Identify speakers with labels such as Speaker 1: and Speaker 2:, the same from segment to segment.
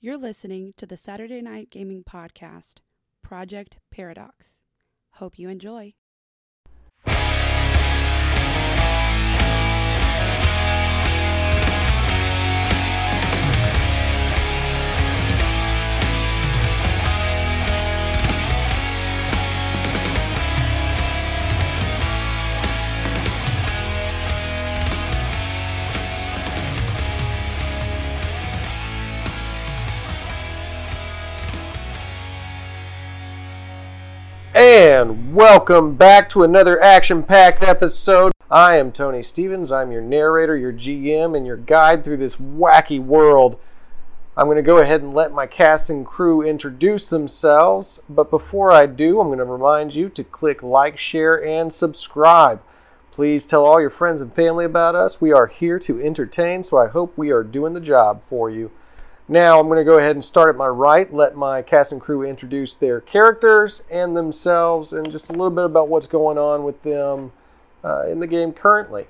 Speaker 1: You're listening to the Saturday Night Gaming Podcast, Project Paradox. Hope you enjoy.
Speaker 2: And welcome back to another action packed episode. I am Tony Stevens. I'm your narrator, your GM, and your guide through this wacky world. I'm going to go ahead and let my cast and crew introduce themselves. But before I do, I'm going to remind you to click like, share, and subscribe. Please tell all your friends and family about us. We are here to entertain, so I hope we are doing the job for you. Now I'm going to go ahead and start at my right, let my cast and crew introduce their characters and themselves, and just a little bit about what's going on with them uh, in the game currently.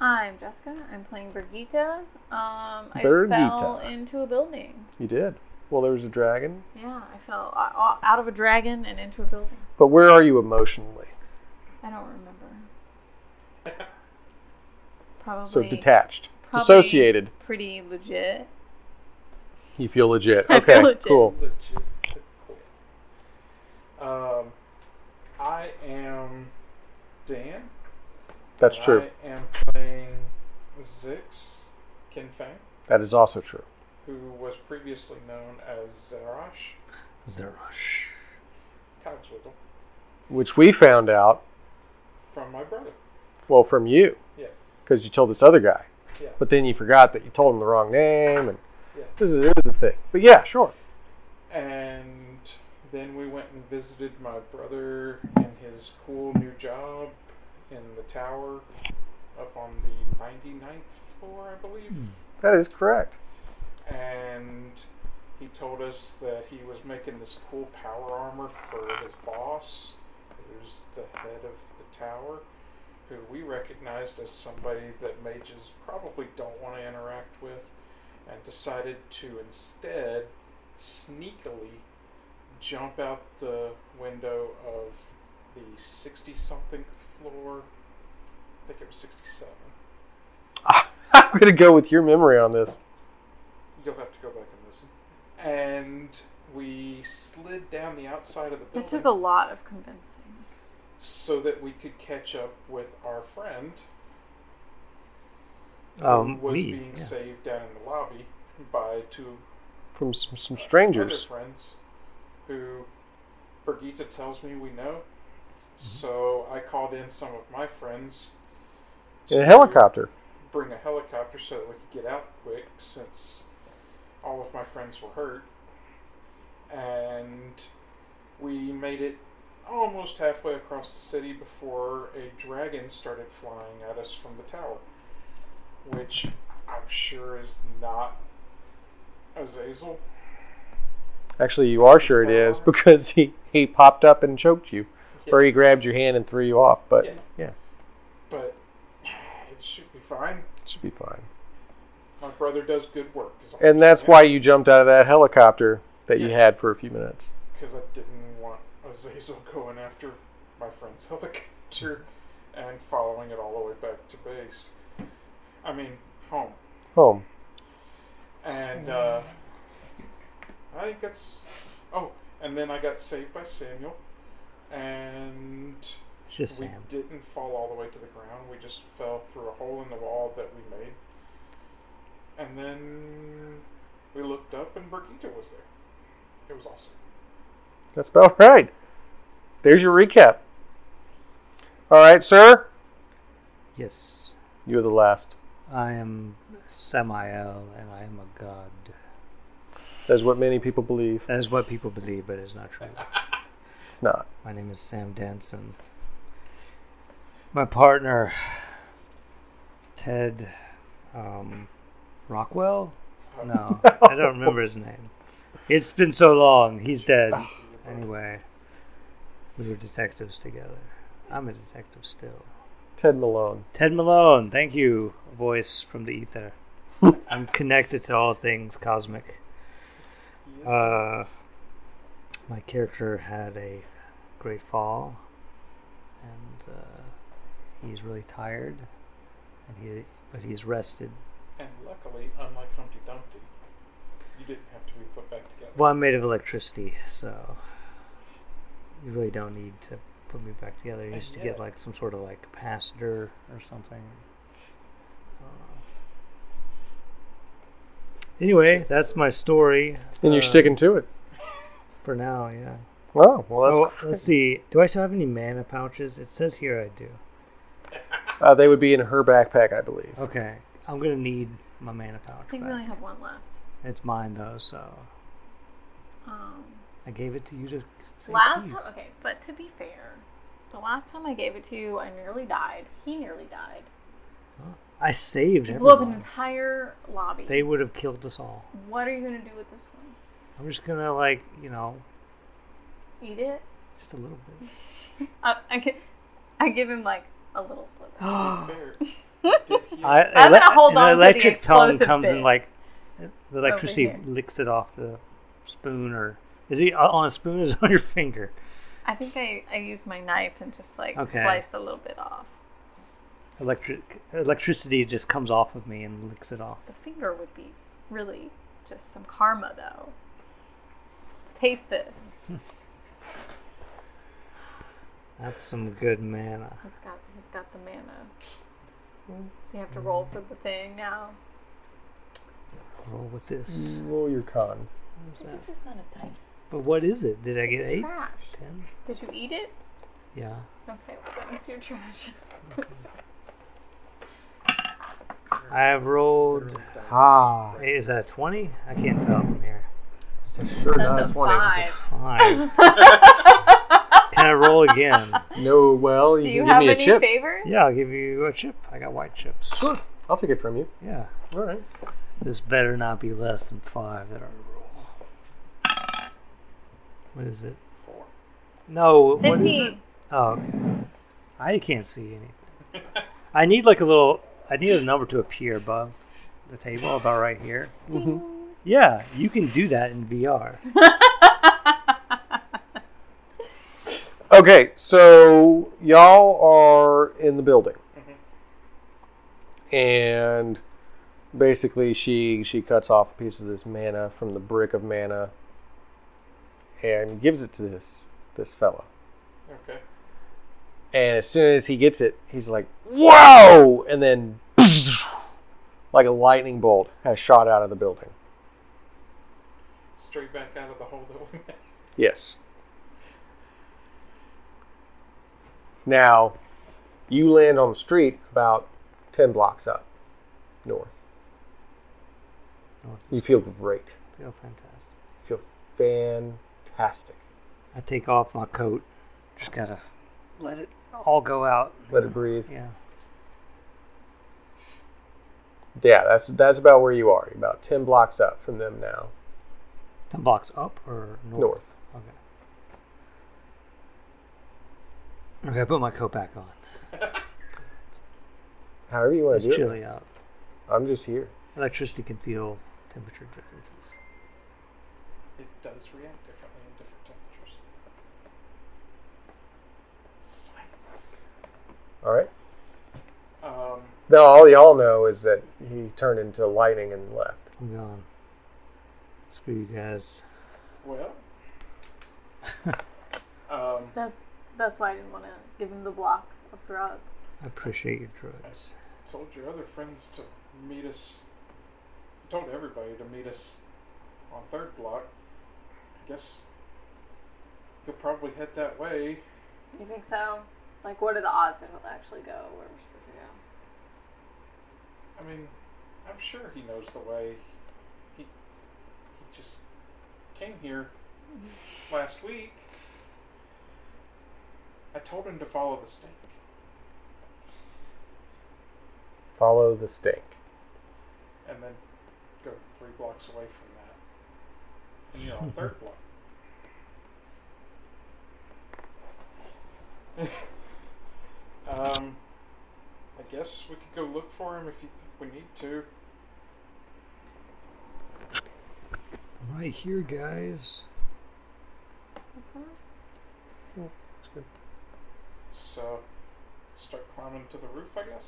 Speaker 3: I'm Jessica. I'm playing Birgitta. Um, I
Speaker 2: Birgitta.
Speaker 3: just fell into a building.
Speaker 2: You did. Well, there was a dragon.
Speaker 3: Yeah, I fell o- o- out of a dragon and into a building.
Speaker 2: But where are you emotionally?
Speaker 3: I don't remember. Probably.
Speaker 2: So detached,
Speaker 3: probably
Speaker 2: dissociated.
Speaker 3: Pretty legit.
Speaker 2: You feel legit.
Speaker 3: I
Speaker 2: Okay,
Speaker 3: feel legit.
Speaker 2: cool.
Speaker 4: legit to quit. Um, I am Dan.
Speaker 2: That's
Speaker 4: and
Speaker 2: true.
Speaker 4: I am playing Zix Kinfang,
Speaker 2: That is also true.
Speaker 4: who was previously known as Zerash
Speaker 2: Zerush.
Speaker 4: Cogswiggle
Speaker 2: Which we found out,
Speaker 4: from my brother.
Speaker 2: well, from you,
Speaker 4: Yeah,
Speaker 2: because you told this other guy.
Speaker 4: yeah,
Speaker 2: But then you forgot that you told him the wrong name, and
Speaker 4: yeah.
Speaker 2: this is, this is a thing. But yeah, sure.
Speaker 4: And then we went and visited my brother in his cool new job in the tower up on the 99th floor, I believe.
Speaker 2: That is correct.
Speaker 4: and he told us that he was making this cool power armor for his boss, who's the head of the tower, who we recognized as somebody that mages probably don't want to interact with, and decided to instead sneakily jump out the window of the 60 something floor. I think it was 67.
Speaker 2: I'm gonna go with your memory on this.
Speaker 4: You'll have to go back and listen. And we slid down the outside of the
Speaker 3: It
Speaker 4: building
Speaker 3: took a lot of convincing.
Speaker 4: so that we could catch up with our friend
Speaker 5: Um,
Speaker 4: who was
Speaker 5: me.
Speaker 4: being
Speaker 5: yeah.
Speaker 4: saved down in the lobby by two
Speaker 2: From some, some
Speaker 4: other
Speaker 2: strangers.
Speaker 4: friends who Birgitta tells me we know.
Speaker 5: Mm-hmm.
Speaker 4: So I called in some of my friends
Speaker 2: In a
Speaker 4: to
Speaker 2: helicopter.
Speaker 4: Bring a helicopter so that we could get out quick since all of my friends were hurt. And we made it almost halfway across the city before a dragon started flying at us from the tower, which I'm sure is not Azazel.
Speaker 2: Actually, you are sure it is because he, he popped up and choked you, or he grabbed your hand and threw you off. But
Speaker 4: Yeah.
Speaker 2: yeah,
Speaker 4: But it should be fine.
Speaker 2: it should be fine.
Speaker 4: My brother does good work. is all I'm
Speaker 2: And that's
Speaker 4: saying.
Speaker 2: why you jumped out of that helicopter that you
Speaker 4: Yeah.
Speaker 2: had for a few minutes.
Speaker 4: because I didn't want Azazel going after my friend's helicopter and following it all the way back to base. I mean, home.
Speaker 2: Home.
Speaker 4: And uh, I think that's. Oh, and then I got saved by Samuel, and
Speaker 5: It's just
Speaker 4: we
Speaker 5: Sam.
Speaker 4: didn't fall all the way to the ground. We just fell through a hole in the wall that we made. And then we looked up, and Brigitte was there. It was awesome.
Speaker 2: That's about right. There's your recap. All right, sir.
Speaker 5: Yes,
Speaker 2: You're the last.
Speaker 5: I am Samael, and I am a god.
Speaker 2: That's what many people believe.
Speaker 5: That is what people believe, but it's not true.
Speaker 2: It's not.
Speaker 5: My name is Sam Danson. My partner, Ted um, Rockwell. No, I don't remember his name. It's been so long. He's dead. Anyway, we were detectives together. I'm a detective still.
Speaker 2: Ted Malone.
Speaker 5: Ted Malone, thank you, voice from the ether. I'm connected to all things cosmic.
Speaker 4: He is
Speaker 5: Uh,
Speaker 4: the
Speaker 5: my character had a great fall, and uh, he's really tired, and he but he's rested.
Speaker 4: best. And luckily, unlike Humpty Dumpty, you didn't have to be put back together.
Speaker 5: Well, I'm made of electricity, so you really don't need to put me back together. You
Speaker 4: And
Speaker 5: used to get
Speaker 4: yet-
Speaker 5: like some sort of like capacitor or something. Uh, I don't know. Anyway, that's my story.
Speaker 2: And you're
Speaker 5: uh,
Speaker 2: sticking to it.
Speaker 5: for now, yeah.
Speaker 2: Oh, well, that's,
Speaker 5: Oh, let's see. Do I still have any mana pouches? It says here I do.
Speaker 2: uh, they would be in her backpack, I believe.
Speaker 5: Okay, I'm gonna need my mana pouch.
Speaker 3: I think we
Speaker 5: back.
Speaker 3: only have one left.
Speaker 5: It's mine though, so
Speaker 3: Um,
Speaker 5: I gave it to you to say.
Speaker 3: last
Speaker 5: please.
Speaker 3: time, okay, but to be fair, the last time I gave it to you, I nearly died. He nearly died.
Speaker 5: I saved
Speaker 3: You blew up an
Speaker 5: everyone.
Speaker 3: entire lobby.
Speaker 5: They would have killed us all.
Speaker 3: What are you gonna do with this one?
Speaker 5: I'm just gonna like you know
Speaker 3: Eat it?
Speaker 5: just a little bit.
Speaker 3: Uh, I, gi- I give him like a little sliver.
Speaker 4: To be
Speaker 5: I,
Speaker 4: fair, did he
Speaker 3: I'm gonna hold
Speaker 5: an
Speaker 3: on to the
Speaker 5: electric tongue
Speaker 3: explosive
Speaker 5: comes
Speaker 3: bit.
Speaker 5: and like the electricity
Speaker 3: here.
Speaker 5: licks it off the spoon or is it on a spoon? or Is it on your finger?
Speaker 3: I think I, I used my knife and just like
Speaker 5: Okay.
Speaker 3: sliced a little bit off.
Speaker 5: Electric electricity just comes off of me and licks it off.
Speaker 3: The finger would be really just some karma though. Taste this.
Speaker 5: That's some good mana.
Speaker 3: He's got he's got the mana.
Speaker 5: Hmm.
Speaker 3: Does he have to roll for the thing now?
Speaker 5: Roll with
Speaker 3: Mm.
Speaker 5: this.
Speaker 2: Roll your con.
Speaker 5: What is that?
Speaker 3: This is not a dice.
Speaker 5: But what is it? Did I get
Speaker 3: It's
Speaker 5: eight?
Speaker 3: trash.
Speaker 5: Ten?
Speaker 3: Did you eat it?
Speaker 5: Yeah.
Speaker 3: Okay, well then it's your trash.
Speaker 5: I have rolled.
Speaker 2: Ah,
Speaker 5: Is that a twenty? I can't tell from here.
Speaker 2: sure
Speaker 3: That's a five.
Speaker 5: Fine. Can I roll again?
Speaker 2: No, well, you
Speaker 3: Do you
Speaker 2: can give
Speaker 3: have
Speaker 2: me a
Speaker 3: any
Speaker 2: chip.
Speaker 3: favors?
Speaker 5: Yeah, I'll give you a chip. I got white chips.
Speaker 2: Sure, I'll take it from you.
Speaker 5: Yeah.
Speaker 2: All right.
Speaker 5: This better not be less than five that I roll. What is it?
Speaker 4: four?
Speaker 5: No. What is it?
Speaker 3: Fifteen.
Speaker 5: Oh, okay. I can't see anything. I need like a little. I need a number to appear above the table, about right here. Mm-hmm. Yeah, you can do that in VR.
Speaker 2: Okay, so y'all are in the building, and basically she she cuts off a piece of this mana from the brick of mana, and gives it to this this fella.
Speaker 4: Okay.
Speaker 2: And as soon as he gets it, he's like, "Whoa!" And then, like a lightning bolt, has shot out of the building.
Speaker 4: Straight back out of the hole that we met.
Speaker 2: Yes. Now, you land on the street about 10 blocks up north.
Speaker 5: North.
Speaker 2: You feel great.
Speaker 5: Feel fantastic.
Speaker 2: You feel fantastic.
Speaker 5: I take off my coat. Just gotta let it all go out.
Speaker 2: Let it breathe.
Speaker 5: Yeah.
Speaker 2: Yeah, that's that's about where you are. You're about 10 blocks up from them now.
Speaker 5: Ten blocks up or north?
Speaker 2: North.
Speaker 5: Okay. Okay, I put my coat back on.
Speaker 2: However you want
Speaker 5: It's
Speaker 2: to Oh, do
Speaker 5: chilly out.
Speaker 2: it. I'm just here.
Speaker 5: Electricity can feel temperature differences.
Speaker 4: It does react differently in different temperatures. Science.
Speaker 2: All right.
Speaker 4: Um,
Speaker 2: Now, all y'all know is that he turned into lightning and left.
Speaker 5: I'm gone. Screw you guys.
Speaker 4: well. um,
Speaker 3: That's that's why I didn't want to give him the block of drugs.
Speaker 5: I appreciate your drugs.
Speaker 4: told your other friends to meet us. Told everybody to meet us on third block. I guess you'll probably head that way.
Speaker 3: You think so? Like, what are the odds that he'll actually go where we're supposed to go?
Speaker 4: I mean, I'm sure he knows the way. He he just came here last week. I told him to follow the stake.
Speaker 2: Follow the stink.
Speaker 4: and then go three blocks away from that. And you're on third block. um, I guess we could go look for him if you think we need to.
Speaker 5: I'm right here, guys.
Speaker 3: What's wrong?
Speaker 2: It's good.
Speaker 4: So, start climbing to the roof, I guess.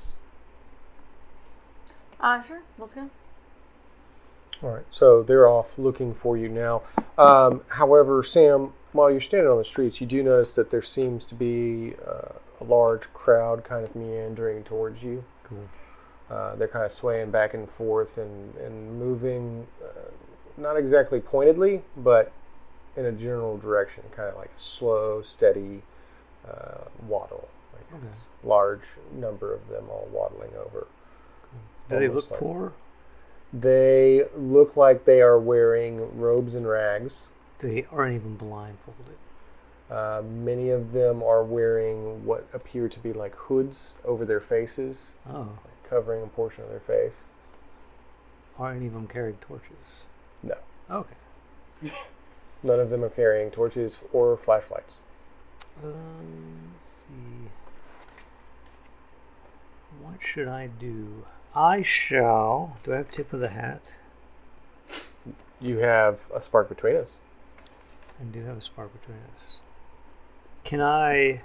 Speaker 3: Uh, sure. Let's go.
Speaker 2: All right, so they're off looking for you now. Um, however, Sam, while you're standing on the streets, you do notice that there seems to be uh, a large crowd kind of meandering towards you.
Speaker 5: Cool.
Speaker 2: Uh, they're kind of swaying back and forth and, and moving, uh, not exactly pointedly, but in a general direction, kind of like a slow, steady uh, waddle. I
Speaker 5: Okay.
Speaker 2: guess. Large number of them all waddling over.
Speaker 5: Do they
Speaker 2: Almost
Speaker 5: look
Speaker 2: Oh, like-
Speaker 5: poor?
Speaker 2: They look like they are wearing robes and rags.
Speaker 5: They aren't even blindfolded.
Speaker 2: Uh, many of them are wearing what appear to be like hoods over their faces,
Speaker 5: Oh,
Speaker 2: covering a portion of their face.
Speaker 5: aren't even carrying torches.
Speaker 2: No.
Speaker 5: Okay.
Speaker 2: None of them are carrying torches or flashlights.
Speaker 5: Um, let's see. What should I do? I shall. Do I have tip of the hat?
Speaker 2: You have a spark between us.
Speaker 5: I do have a spark between us. Can I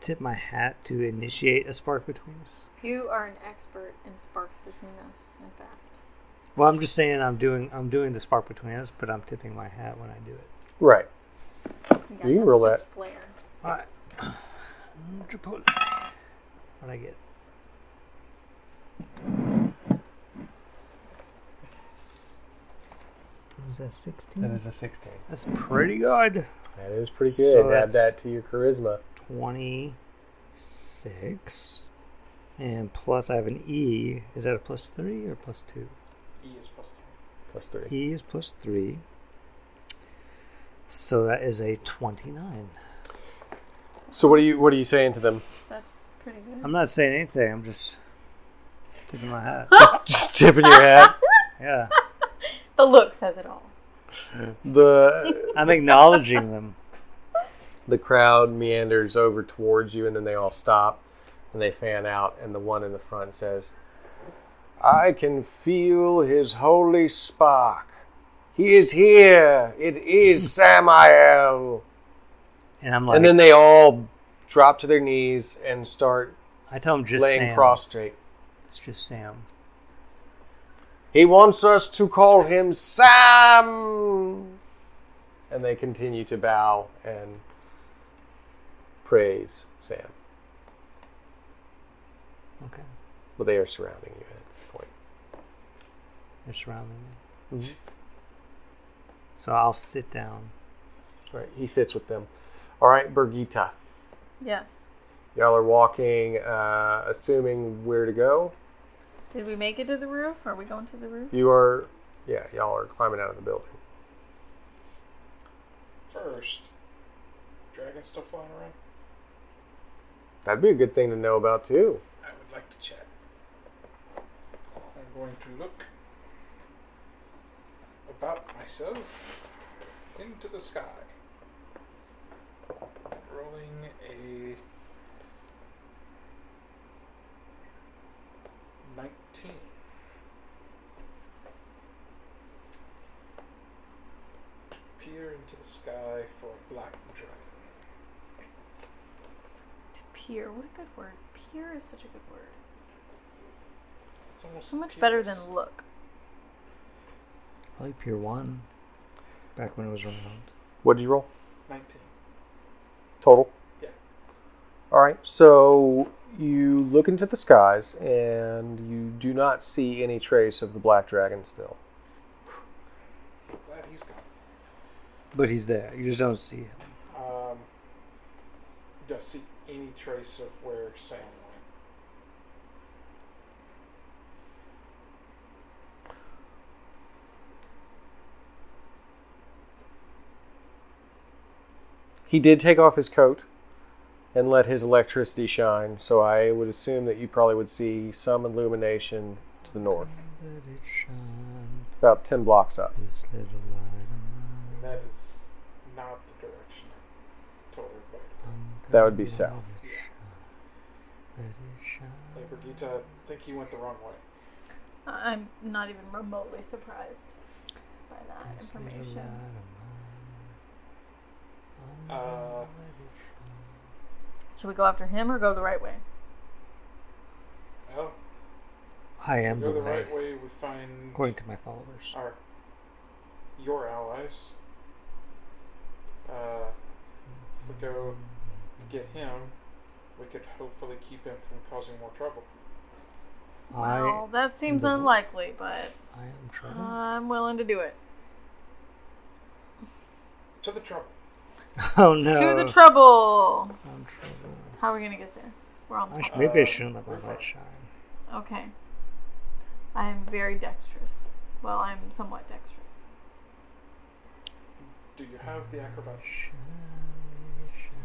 Speaker 5: tip my hat to initiate a spark between us?
Speaker 3: You are an expert in sparks between us. In fact,
Speaker 5: Well, I'm just saying I'm doing I'm doing the spark between us, but I'm tipping my hat when I do it.
Speaker 2: Right.
Speaker 3: yeah,
Speaker 2: You can
Speaker 3: that's
Speaker 2: roll
Speaker 3: just Flair.
Speaker 5: All right. Chipotle. What I get? What was that? Sixteen.
Speaker 2: a 16.
Speaker 5: That's pretty good.
Speaker 2: That is pretty good.
Speaker 5: So
Speaker 2: Add
Speaker 5: that's-
Speaker 2: that to your charisma.
Speaker 5: 26. And plus, I have an E. Is that a plus 3 or plus 2?
Speaker 4: E is plus three.
Speaker 2: Plus 3.
Speaker 5: E is plus 3. So that is a 29.
Speaker 2: So what are you what are you saying to them?
Speaker 3: That's pretty good.
Speaker 5: I'm not saying anything, I'm just tipping my hat.
Speaker 2: Just, just tipping your hat.
Speaker 5: Yeah.
Speaker 3: the look says it all.
Speaker 2: The
Speaker 5: I'm acknowledging them.
Speaker 2: the crowd meanders over towards you and then they all stop and they fan out and the one in the front says i can feel his holy spark he is here it is samael
Speaker 5: And I'm like,
Speaker 2: and then they all drop to their knees and start
Speaker 5: I tell them just
Speaker 2: laying
Speaker 5: Sam.
Speaker 2: prostrate
Speaker 5: It's just Sam.
Speaker 2: he wants us to call him sam and they continue to bow and praise sam
Speaker 5: Okay.
Speaker 2: well they are surrounding you at this point
Speaker 5: They're surrounding me.
Speaker 2: Mhm.
Speaker 5: So I'll sit down.
Speaker 2: Right, he sits with them. All right, Birgitta,
Speaker 3: Yes.
Speaker 2: y'all are walking, uh, assuming where to go.
Speaker 3: Did we make it to the roof? Are we going to the roof?
Speaker 2: You are, yeah, y'all are climbing out of the building.
Speaker 4: First, dragon still flying around?
Speaker 2: That'd be a good thing to know about too.
Speaker 4: I would like to check. I'm going to look about myself into the sky. Rolling a 19. Peer into the sky for a black dragon.
Speaker 3: Peer. What a good word. Peer is such a good word.
Speaker 4: It's almost
Speaker 3: So much better
Speaker 4: peerless.
Speaker 3: than look.
Speaker 5: I like Pier 1. Back when it was around.
Speaker 2: What did you roll?
Speaker 4: 19.
Speaker 2: Total?
Speaker 4: Yeah.
Speaker 2: All right, so you look into the skies and you do not see any trace of the black dragon still.
Speaker 4: Glad he's gone.
Speaker 5: But he's there. You just don't see him.
Speaker 4: Um, don't see any trace of where Sam went.
Speaker 2: He did take off his coat and let his electricity shine, so I would assume that you probably would see some illumination to the north,
Speaker 5: Let it shine,
Speaker 2: about 10 blocks up.
Speaker 5: this little light
Speaker 4: And
Speaker 5: of mine.
Speaker 4: that is not the direction I told everybody.
Speaker 5: I'm
Speaker 2: that would be
Speaker 5: gonna
Speaker 2: south.
Speaker 5: Let it shine. Let it shine.
Speaker 4: Like Brigitte, I think he went the wrong way.
Speaker 3: I- I'm not even remotely surprised. by that
Speaker 5: This little
Speaker 3: information.
Speaker 5: light of mine, I'm
Speaker 4: Uh,
Speaker 5: gonna let it shine.
Speaker 3: Should we go after him or go the right way?
Speaker 4: Well,
Speaker 5: I am
Speaker 4: we go
Speaker 5: the
Speaker 4: the
Speaker 5: way,
Speaker 4: right way. We find
Speaker 5: according to my followers.
Speaker 4: our your allies. Uh, if we go get him, we could hopefully keep him from causing more trouble.
Speaker 5: I,
Speaker 3: well, uh, that seems
Speaker 5: the- Uh-huh.
Speaker 3: unlikely, but
Speaker 5: I am trying.
Speaker 3: I'm willing to do it.
Speaker 4: To the trouble.
Speaker 5: oh no!
Speaker 3: To the trouble.
Speaker 5: I'm trouble.
Speaker 3: How are we gonna get there? We're on.
Speaker 5: I
Speaker 3: The
Speaker 5: sh- maybe I
Speaker 4: Uh,
Speaker 5: shouldn't let my
Speaker 4: we're
Speaker 5: light
Speaker 4: fine.
Speaker 5: shine.
Speaker 3: okay. I am very dexterous. Well, I'm somewhat dexterous.
Speaker 4: Do you have the acrobatics?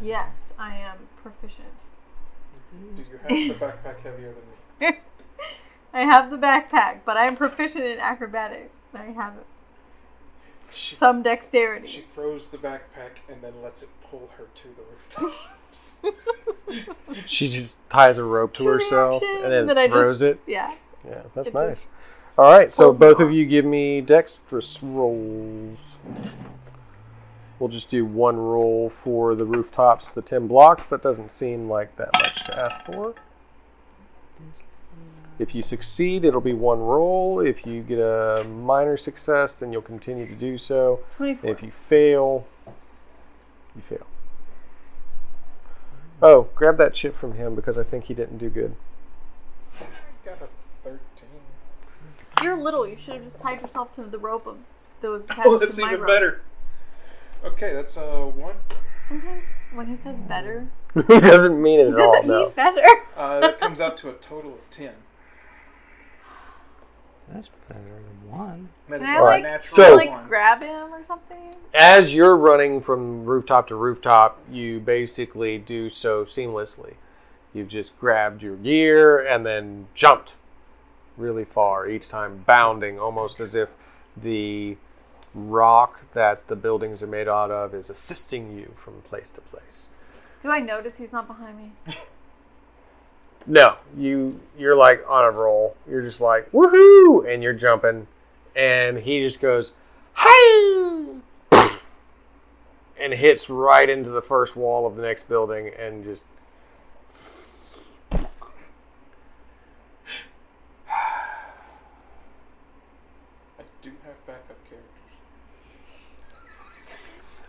Speaker 3: Yes, I am proficient.
Speaker 4: Do you have the backpack heavier than me?
Speaker 3: I have the backpack, but I am proficient in acrobatics. I have
Speaker 4: She,
Speaker 3: some
Speaker 4: she
Speaker 3: dexterity.
Speaker 4: throws the backpack and then lets it pull her to the rooftops.
Speaker 2: She just ties a rope to
Speaker 3: To the
Speaker 2: herself
Speaker 3: ocean,
Speaker 2: and then
Speaker 3: then I
Speaker 2: throws it.
Speaker 3: Yeah.
Speaker 2: Yeah, that's
Speaker 3: It just
Speaker 2: nice. All right, so
Speaker 3: pulls me
Speaker 2: both of
Speaker 3: off.
Speaker 2: you give me dexterous rolls. We'll just do one roll for the rooftops, the 10 blocks. That doesn't seem like that much to ask for. If you succeed, it'll be one roll. If you get a minor success, then you'll continue to do so.
Speaker 3: 24.
Speaker 2: If you fail, you fail. Oh, grab that chip from him because I think he didn't do good.
Speaker 4: I got a 13.
Speaker 3: You're little. You should have just tied yourself to the rope of those attached
Speaker 4: Oh, that's
Speaker 3: to my
Speaker 4: even
Speaker 3: rope.
Speaker 4: better. Okay, that's a one.
Speaker 3: Sometimes when he says better,
Speaker 2: he doesn't mean it
Speaker 3: he
Speaker 2: at all,
Speaker 3: doesn't
Speaker 2: no.
Speaker 3: mean better.
Speaker 4: Uh, that comes out to a total of 10.
Speaker 5: That's better than one.
Speaker 4: That
Speaker 3: Can
Speaker 4: is
Speaker 3: I
Speaker 4: a
Speaker 2: Alright,
Speaker 3: like,
Speaker 4: natural
Speaker 3: can I,
Speaker 2: so-
Speaker 4: one.
Speaker 3: like grab him or something?
Speaker 2: as you're running from rooftop to rooftop, you basically do so seamlessly. You've just grabbed your gear and then jumped really far, each time bounding almost as if the rock that the buildings are made out of is assisting you from place to place.
Speaker 3: Do I notice he's not behind me?
Speaker 2: No, you you're like on a roll. You're just like woohoo, and you're jumping, and he just goes hey, and hits right into the first wall of the next building, and just
Speaker 4: I do have backup characters.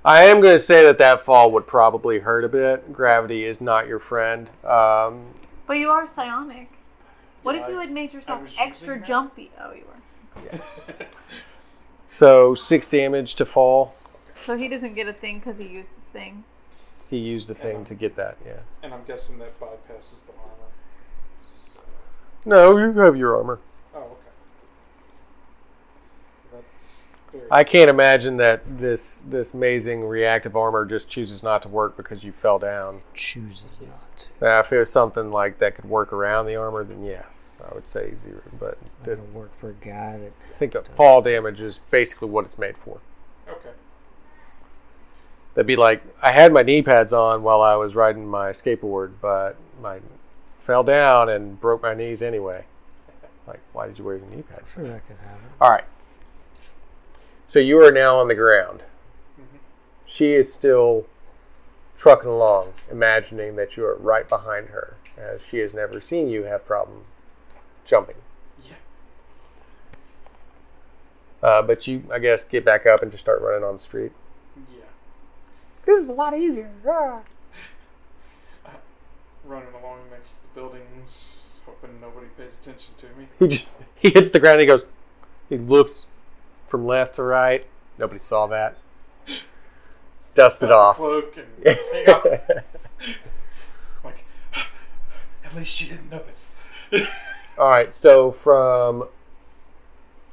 Speaker 2: I am going to say that that fall would probably hurt a bit. Gravity is not your friend. Um,
Speaker 3: But you are psionic. What
Speaker 4: Yeah,
Speaker 3: if you
Speaker 4: I-
Speaker 3: had made yourself
Speaker 4: was
Speaker 3: extra
Speaker 4: using that.
Speaker 3: jumpy? Oh, you were.
Speaker 2: so six damage to fall.
Speaker 3: So he doesn't get a thing because he used his thing.
Speaker 2: He used the thing to get that. Yeah.
Speaker 4: And I'm guessing that bypasses the armor. So,
Speaker 2: No, you have your armor.
Speaker 4: oh, okay. That's very.
Speaker 2: I can't imagine that this this amazing reactive armor just chooses not to work because you fell down.
Speaker 5: Chooses not to.
Speaker 2: Now, Uh, if there's something like that could work around the armor, then yes, I would say zero. But
Speaker 5: I'm
Speaker 2: the-
Speaker 5: gonna work for a guy that
Speaker 2: I think that fall damage is basically what it's made for.
Speaker 4: okay.
Speaker 2: That'd be like I had my knee pads on while I was riding my skateboard, but my fell down and broke my knees anyway. Like, why did you wear your knee
Speaker 5: I'm
Speaker 2: pads?
Speaker 5: sure that could happen.
Speaker 2: All right. So you are now on the ground.
Speaker 4: Mhm.
Speaker 2: She is still trucking along, imagining that you are right behind her, as she has never seen you have problem jumping.
Speaker 4: Yeah.
Speaker 2: Uh, but you, I guess, get back up and just start running on the street.
Speaker 4: Yeah.
Speaker 2: This is a lot easier. Ah.
Speaker 4: running along next to the buildings, hoping nobody pays attention to me.
Speaker 2: He just he hits the ground. And he goes. He looks from left to right. Nobody saw that. Dust it
Speaker 4: Grab the
Speaker 2: off.
Speaker 4: Cloak and take off. Like, at least she didn't notice.
Speaker 2: All right, so from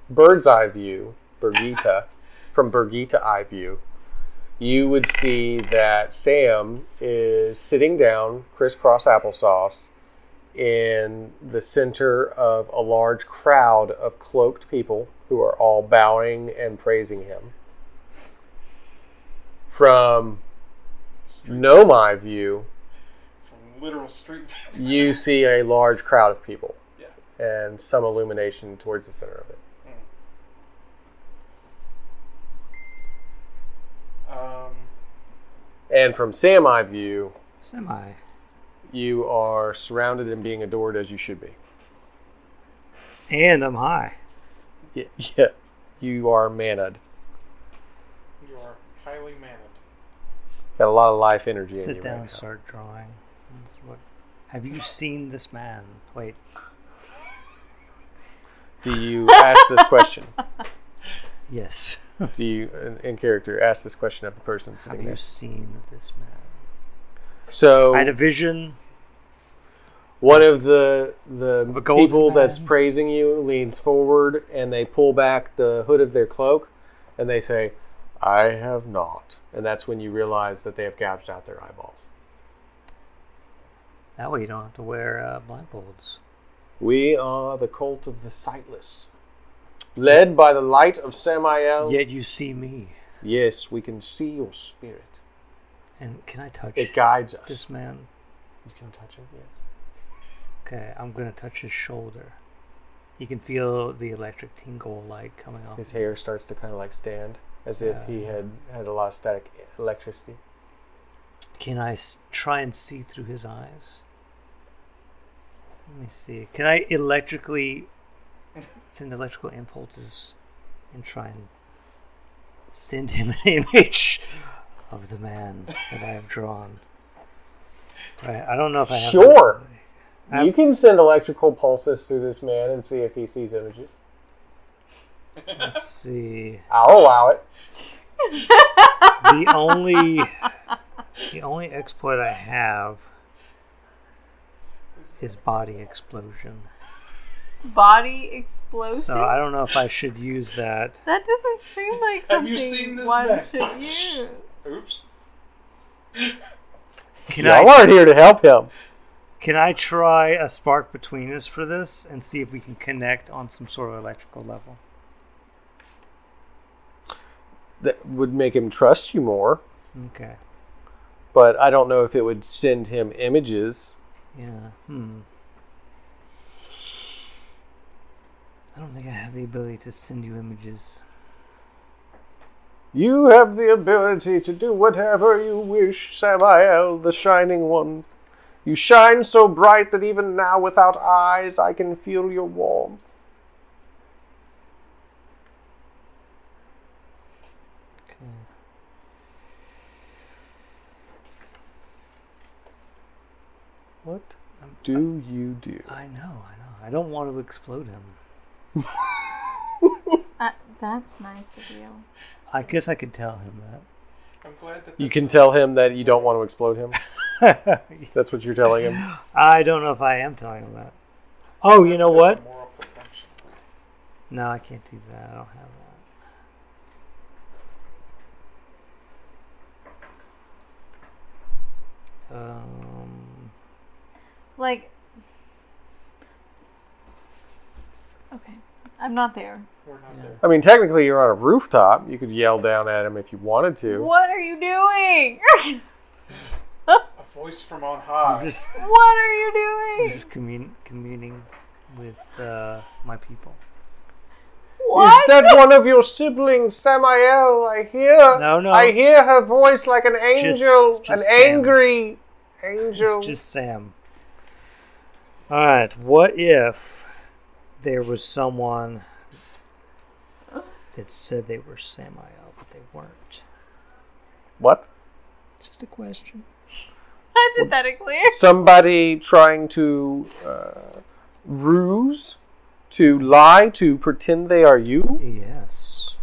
Speaker 2: bird's eye view, Birgitta, from Birgitta eye view, you would see that Sam is sitting down, crisscross applesauce, in the center of a large crowd of cloaked people who are all bowing and praising him. From Gnome eye view,
Speaker 4: From literal street.
Speaker 2: you see a large crowd of people
Speaker 4: Yeah.
Speaker 2: and some illumination towards the center of it.
Speaker 4: Um,
Speaker 2: And from Sam'i view,
Speaker 5: Semi.
Speaker 2: you are surrounded and being adored as you should be.
Speaker 5: And I'm high.
Speaker 2: Yeah, yeah. you are manad.
Speaker 4: You are highly managed.
Speaker 2: Got a lot of life energy in
Speaker 5: Sit
Speaker 2: you
Speaker 5: down
Speaker 2: right
Speaker 5: and start drawing. That's what... Have you seen this man? Wait.
Speaker 2: now. Do you ask this question?
Speaker 5: Yes.
Speaker 2: Do you, in- in character, ask this question of the person
Speaker 5: Have
Speaker 2: sitting
Speaker 5: you
Speaker 2: there?
Speaker 5: seen this man?
Speaker 2: So
Speaker 5: I had a vision.
Speaker 2: one of the the
Speaker 5: a golden
Speaker 2: people that's
Speaker 5: man.
Speaker 2: praising you leans forward and they pull back the hood of their cloak and they say, "I have not." And that's when you realize that they have gouged out their eyeballs.
Speaker 5: That way you don't have to wear uh, blindfolds.
Speaker 2: We are the cult of the sightless, led by the light of Samael.
Speaker 5: Yet you see me.
Speaker 2: Yes, we can see your spirit.
Speaker 5: And can I touch
Speaker 2: It guides us.
Speaker 5: this man?
Speaker 2: You can touch it. Yes.
Speaker 5: Okay, I'm gonna touch his shoulder. You can feel the electric tingle like coming off.
Speaker 2: His hair starts to kind of like stand, as if he
Speaker 5: Yeah.
Speaker 2: had had a lot of static electricity.
Speaker 5: Can I s- try and see through his eyes? Let me see. Can I electrically send electrical impulses and try and send him an image of the man that I have drawn? Right. I don't know if I have. that
Speaker 2: Sure.
Speaker 5: ability. I-
Speaker 2: You can send electrical pulses through this man and see if he sees images.
Speaker 5: Let's see.
Speaker 2: I'll allow it.
Speaker 5: the only the only exploit I have is body explosion.
Speaker 3: Body explosion.
Speaker 5: So I don't know if I should use that.
Speaker 3: that doesn't seem like something
Speaker 4: Have you seen this
Speaker 3: one
Speaker 4: map?
Speaker 3: should use.
Speaker 4: Oops.
Speaker 5: Can
Speaker 2: Y'all
Speaker 5: I
Speaker 2: aren't here to help him.
Speaker 5: can I try a spark between us for this and see if we can connect on some sort of electrical level?
Speaker 2: That would make him trust you more,
Speaker 5: Okay.
Speaker 2: but I don't know if it would send him images.
Speaker 5: Yeah. Hmm. I don't think I have the ability to send you images.
Speaker 2: You have the ability to do whatever you wish, Samael, the Shining One. You shine so bright that even now, without eyes, I can feel your warmth. What
Speaker 5: I'm-
Speaker 2: do you do?
Speaker 5: I know, I know. I don't want to explode him.
Speaker 3: Uh, that's nice of you.
Speaker 5: I guess I could tell him
Speaker 4: I'm glad that
Speaker 2: You
Speaker 4: that's
Speaker 2: can tell him that you don't want to explode him.
Speaker 5: that.
Speaker 2: That's what you're telling him.
Speaker 5: I don't know if I am telling him that. Oh, you know
Speaker 4: a
Speaker 5: what?
Speaker 4: moral perfection.
Speaker 5: No, I can't do that. I don't have that. Um,
Speaker 3: Like, okay, I'm not there.
Speaker 4: We're not
Speaker 5: Yeah.
Speaker 4: there.
Speaker 2: I mean, technically, you're on a rooftop. You could yell down at him if you wanted to.
Speaker 3: What are you doing?
Speaker 4: A voice from on
Speaker 5: I'm
Speaker 4: high.
Speaker 5: just,
Speaker 3: what are you
Speaker 5: I'm
Speaker 3: doing?
Speaker 5: just commun- communing with uh, my people.
Speaker 2: Is
Speaker 3: What?
Speaker 2: that one of your siblings, Samael? I hear.
Speaker 5: No, no.
Speaker 2: I hear her voice like an
Speaker 5: It's just-
Speaker 2: angel,
Speaker 5: it's just
Speaker 2: an
Speaker 5: Sam.
Speaker 2: angry angel.
Speaker 5: It's just Sam. All right. What if there was someone that said they were Samael, but they weren't?
Speaker 2: What?
Speaker 5: Just a question.
Speaker 3: Hypothetically.
Speaker 2: Somebody trying to uh, ruse, to lie, to pretend they are you.
Speaker 5: Yes.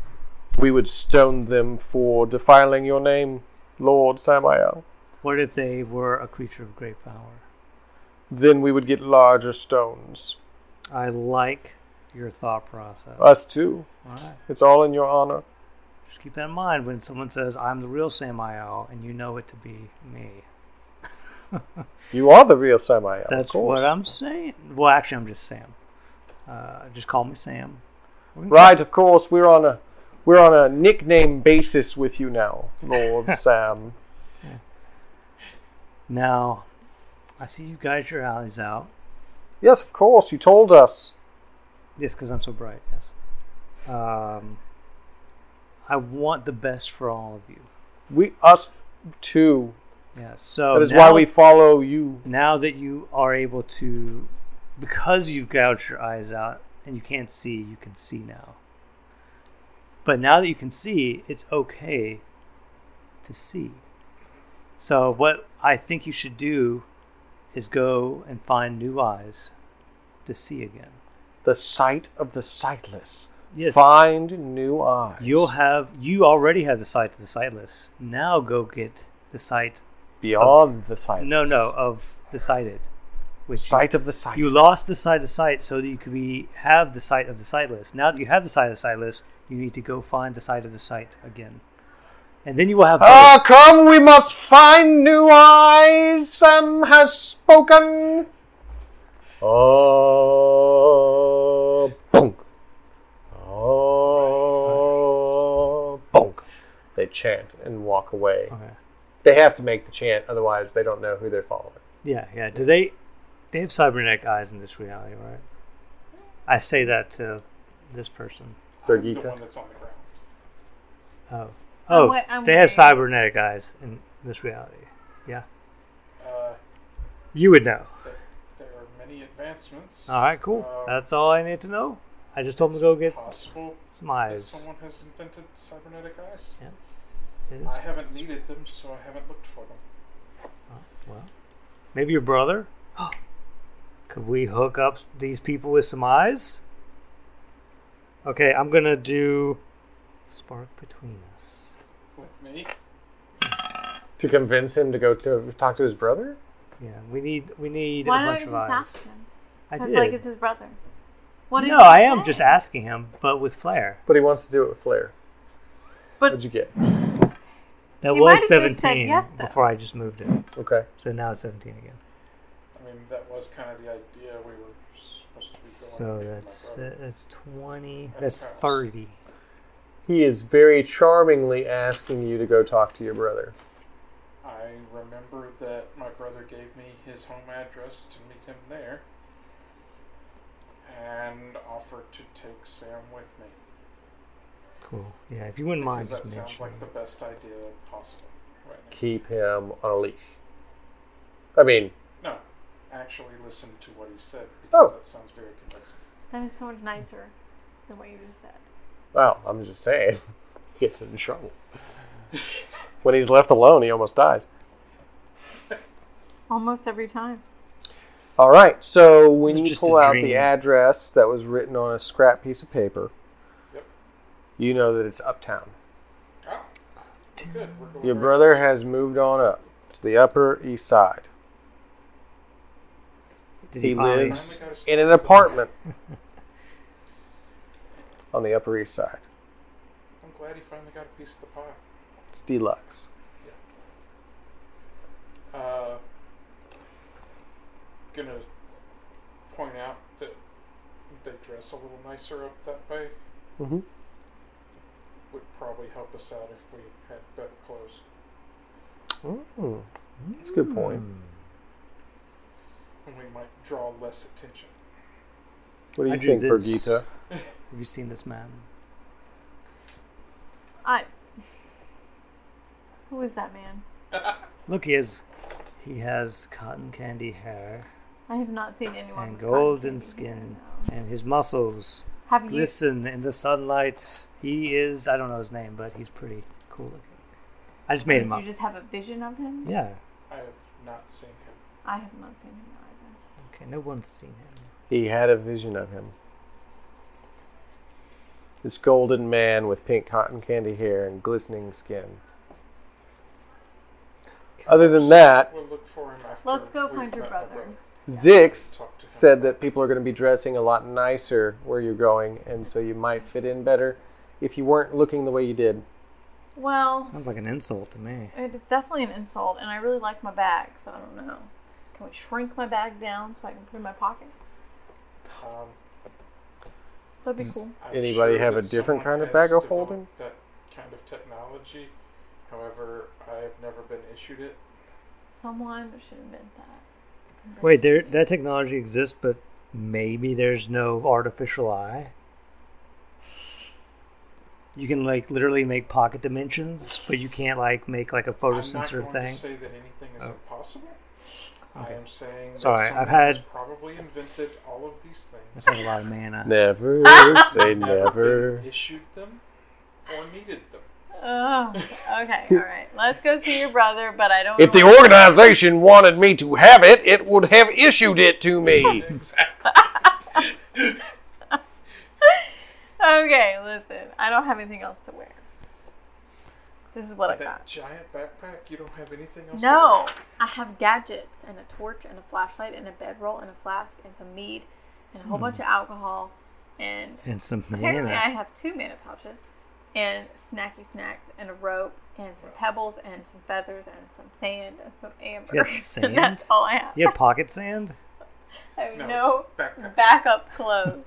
Speaker 2: We would stone them for defiling your name, Lord Samael.
Speaker 5: What if they were a creature of great power?
Speaker 2: Then we would get larger stones.
Speaker 5: I like your thought process. All
Speaker 2: Us too.
Speaker 5: right.
Speaker 2: It's all in your honor.
Speaker 5: Just keep that in mind when someone says, I'm the real Samael, and you know it to be me.
Speaker 2: You are the real Samael. of
Speaker 5: That's
Speaker 2: course.
Speaker 5: what I'm saying. Well, actually, I'm just Sam. Uh, just call me Sam. We're gonna-
Speaker 2: Right, of course. We're on a we're on a nickname basis with you now, Lord Sam.
Speaker 5: Now, I see you guys your alleys out.
Speaker 2: Yes, of course. You told us.
Speaker 5: Yes, because I'm so bright, yes. Um, I want the best for all of you.
Speaker 2: We us two.
Speaker 5: Yeah. So
Speaker 2: that is
Speaker 5: Oh, now-
Speaker 2: why we follow you.
Speaker 5: now that you are able to because you've gouged your eyes out and you can't see you can see now but now that you can see it's okay to see so what i think you should do is go and find new eyes to see again
Speaker 2: The sight of the sightless.
Speaker 5: yes
Speaker 2: Find new eyes.
Speaker 5: you'll have you already have the sight of the sightless now go get the sight
Speaker 2: beyond the sight.
Speaker 5: no no of the sighted which you-
Speaker 2: sight of the sight.
Speaker 5: You lost the sight of sight so that you could be have the sight of the sightless. Now that you have the sight of the sightless, you need to go find the sight of the sight again. And then you will have
Speaker 2: Ah,
Speaker 5: both.
Speaker 2: come, we must find new eyes. Sam has spoken. Oh, Ah, bonk. Ah, Oh, bonk. They chant and walk away.
Speaker 5: Okay.
Speaker 2: They have to make the chant, otherwise, they don't know who they're following.
Speaker 5: Yeah, yeah. Do they they have cybernetic eyes in this reality, right? I say that to this person.
Speaker 4: I'm
Speaker 2: Brigitte.
Speaker 4: the one that's on the ground.
Speaker 5: Oh. Oh,
Speaker 3: wa- I'm
Speaker 5: they have
Speaker 3: waiting.
Speaker 5: cybernetic eyes in this reality. Yeah.
Speaker 4: Uh,
Speaker 5: You would know.
Speaker 4: th- there are many advancements.
Speaker 5: All right, cool.
Speaker 4: Um,
Speaker 5: That's all I need to know. I just told him
Speaker 4: it's
Speaker 5: to go get
Speaker 4: possible
Speaker 5: some
Speaker 4: that
Speaker 5: eyes.
Speaker 4: Someone has invented cybernetic eyes.
Speaker 5: Yeah.
Speaker 4: I haven't needed them, so I haven't looked for them.
Speaker 5: Oh, well, maybe your brother.
Speaker 3: Oh.
Speaker 5: Could we hook up these people with some eyes? Okay, I'm gonna do spark between us.
Speaker 4: With me,
Speaker 2: To convince him to go to talk to his brother?
Speaker 5: Yeah, we need we need
Speaker 3: Why
Speaker 5: a
Speaker 3: don't
Speaker 5: bunch
Speaker 3: you
Speaker 5: of
Speaker 3: just
Speaker 5: eyes.
Speaker 3: ask him?
Speaker 5: I
Speaker 3: Because
Speaker 5: did.
Speaker 3: like it's his brother. What did
Speaker 5: no,
Speaker 3: he
Speaker 5: I am
Speaker 3: say?
Speaker 5: just asking him, but with flair.
Speaker 2: But he wants to do it with flair.
Speaker 3: But
Speaker 2: What'd you get?
Speaker 5: That
Speaker 3: He might
Speaker 5: was
Speaker 3: have just said
Speaker 5: 17
Speaker 3: yes, though.
Speaker 5: before I just moved it,
Speaker 2: Okay.
Speaker 5: so now it's 17 again.
Speaker 4: I mean that was kind of the idea we were supposed to be going.
Speaker 5: So
Speaker 4: with my
Speaker 5: that's
Speaker 4: brother.
Speaker 5: uh, that's 20. That's
Speaker 4: Okay.
Speaker 5: 30.
Speaker 2: He is very charmingly asking you to go talk to your brother.
Speaker 4: I remember that my brother gave me his home address to meet him there and offered to take Sam with me.
Speaker 5: Cool. Yeah, if you wouldn't mind
Speaker 4: Because that
Speaker 5: just
Speaker 4: sounds like
Speaker 5: mentioning.
Speaker 4: the best idea possible right
Speaker 2: keep him on a leash. I mean,
Speaker 4: now. No, actually listen to what he said because
Speaker 2: Oh.
Speaker 4: that sounds very convincing.
Speaker 3: That is so much nicer than what you just said.
Speaker 2: well, I'm just saying, he gets in trouble. when he's left alone, he almost dies.
Speaker 3: Almost every time.
Speaker 2: All right, so
Speaker 5: This
Speaker 2: when
Speaker 5: is
Speaker 2: you
Speaker 5: just
Speaker 2: pull
Speaker 5: a
Speaker 2: out
Speaker 5: dream.
Speaker 2: the address that was written on a scrap piece of paper,
Speaker 4: Yep.
Speaker 2: you know that it's uptown.
Speaker 4: Ah, good. We're going
Speaker 2: Your
Speaker 4: right.
Speaker 2: brother has moved on up to the Upper East Side.
Speaker 5: Did
Speaker 2: he
Speaker 5: finally-
Speaker 2: lives
Speaker 4: Finally got a
Speaker 2: in an
Speaker 4: slice of-
Speaker 2: apartment on the Upper East Side.
Speaker 4: I'm glad he finally got a piece of the pie.
Speaker 2: It's deluxe.
Speaker 4: Uh, gonna point out that they dress a little nicer up that way.
Speaker 2: Mm-hmm.
Speaker 4: Would probably help us out if we had better clothes.
Speaker 2: Mm, that's a good point.
Speaker 4: And we might draw less attention.
Speaker 2: What do you
Speaker 5: I drew
Speaker 2: think,
Speaker 5: this.
Speaker 2: Brigitte?
Speaker 5: Have you seen this man?
Speaker 3: I. Who is that man?
Speaker 5: Look, he has he has cotton candy hair
Speaker 3: I have not seen anyone.
Speaker 5: and
Speaker 3: with cotton
Speaker 5: golden
Speaker 3: candy
Speaker 5: skin,
Speaker 3: hair, no.
Speaker 5: and his muscles
Speaker 3: Have you?
Speaker 5: glisten in the sunlight. He is I don't know his name, but he's pretty cool looking. I just made
Speaker 3: did
Speaker 5: him up.
Speaker 3: you just have a vision of him?
Speaker 5: Yeah.
Speaker 4: I have not seen him.
Speaker 3: I have not seen him either.
Speaker 5: Okay. No one's seen him.
Speaker 2: He had a vision of him. This golden man with pink cotton candy hair and glistening skin. Other than that,
Speaker 4: We'll look for him after.
Speaker 3: Let's go
Speaker 4: we've
Speaker 3: find your
Speaker 4: met my
Speaker 3: brother.
Speaker 2: Zix said that people are going to be dressing a lot nicer where you're going, and so you might fit in better if you weren't looking the way you did.
Speaker 3: Well,
Speaker 5: Sounds like an insult to me.
Speaker 3: it's definitely an insult, and I really like my bag, so I don't know. Can we shrink my bag down so I can put it in my pocket?
Speaker 4: Um,
Speaker 3: That'd
Speaker 5: Mm.
Speaker 3: be cool.
Speaker 4: I'm
Speaker 2: Anybody
Speaker 4: sure
Speaker 2: have a
Speaker 4: that
Speaker 2: different
Speaker 4: someone
Speaker 2: kind of
Speaker 4: has
Speaker 2: bag of
Speaker 4: developed
Speaker 2: holding?
Speaker 4: That kind of technology. However, I've never been issued it.
Speaker 3: Someone should invent that.
Speaker 5: Wait, there that technology exists, but maybe there's no artificial eye. You can like literally make pocket dimensions, but you can't like make like a
Speaker 4: I'm
Speaker 5: photosensor
Speaker 4: not going
Speaker 5: thing.
Speaker 4: to say that anything is
Speaker 5: Oh.
Speaker 4: impossible.
Speaker 5: Okay.
Speaker 4: I am saying that
Speaker 5: Sorry, I've
Speaker 4: someone
Speaker 5: had-
Speaker 4: has probably invented all of these
Speaker 5: That's
Speaker 4: things.
Speaker 5: not a lot of mana.
Speaker 2: Never say never.
Speaker 4: Either Issued them or needed them.
Speaker 3: Oh, okay, all right. Let's go see your brother, but I don't.
Speaker 2: If
Speaker 3: know
Speaker 2: the
Speaker 3: what-
Speaker 2: organization wanted me to have it, it would have issued it to me.
Speaker 4: Exactly.
Speaker 3: Okay, listen. I don't have anything else to wear. This is what I
Speaker 4: that
Speaker 3: got.
Speaker 4: giant backpack, you don't have anything else. to
Speaker 3: No,
Speaker 4: wear?
Speaker 3: I have gadgets and a torch and a flashlight and a bedroll and a flask and some mead and a whole bunch of alcohol and
Speaker 5: Hmm. And some
Speaker 3: Apparently, I
Speaker 5: mana.
Speaker 3: have two mana pouches, and snacky snacks, and a rope, and some pebbles, and some feathers, and some sand, and some amber.
Speaker 5: You got
Speaker 3: And That's
Speaker 5: sand?
Speaker 3: all I have.
Speaker 5: You have pocket sand?
Speaker 3: I have no,
Speaker 4: No, it's backpacks.
Speaker 3: backup clothes.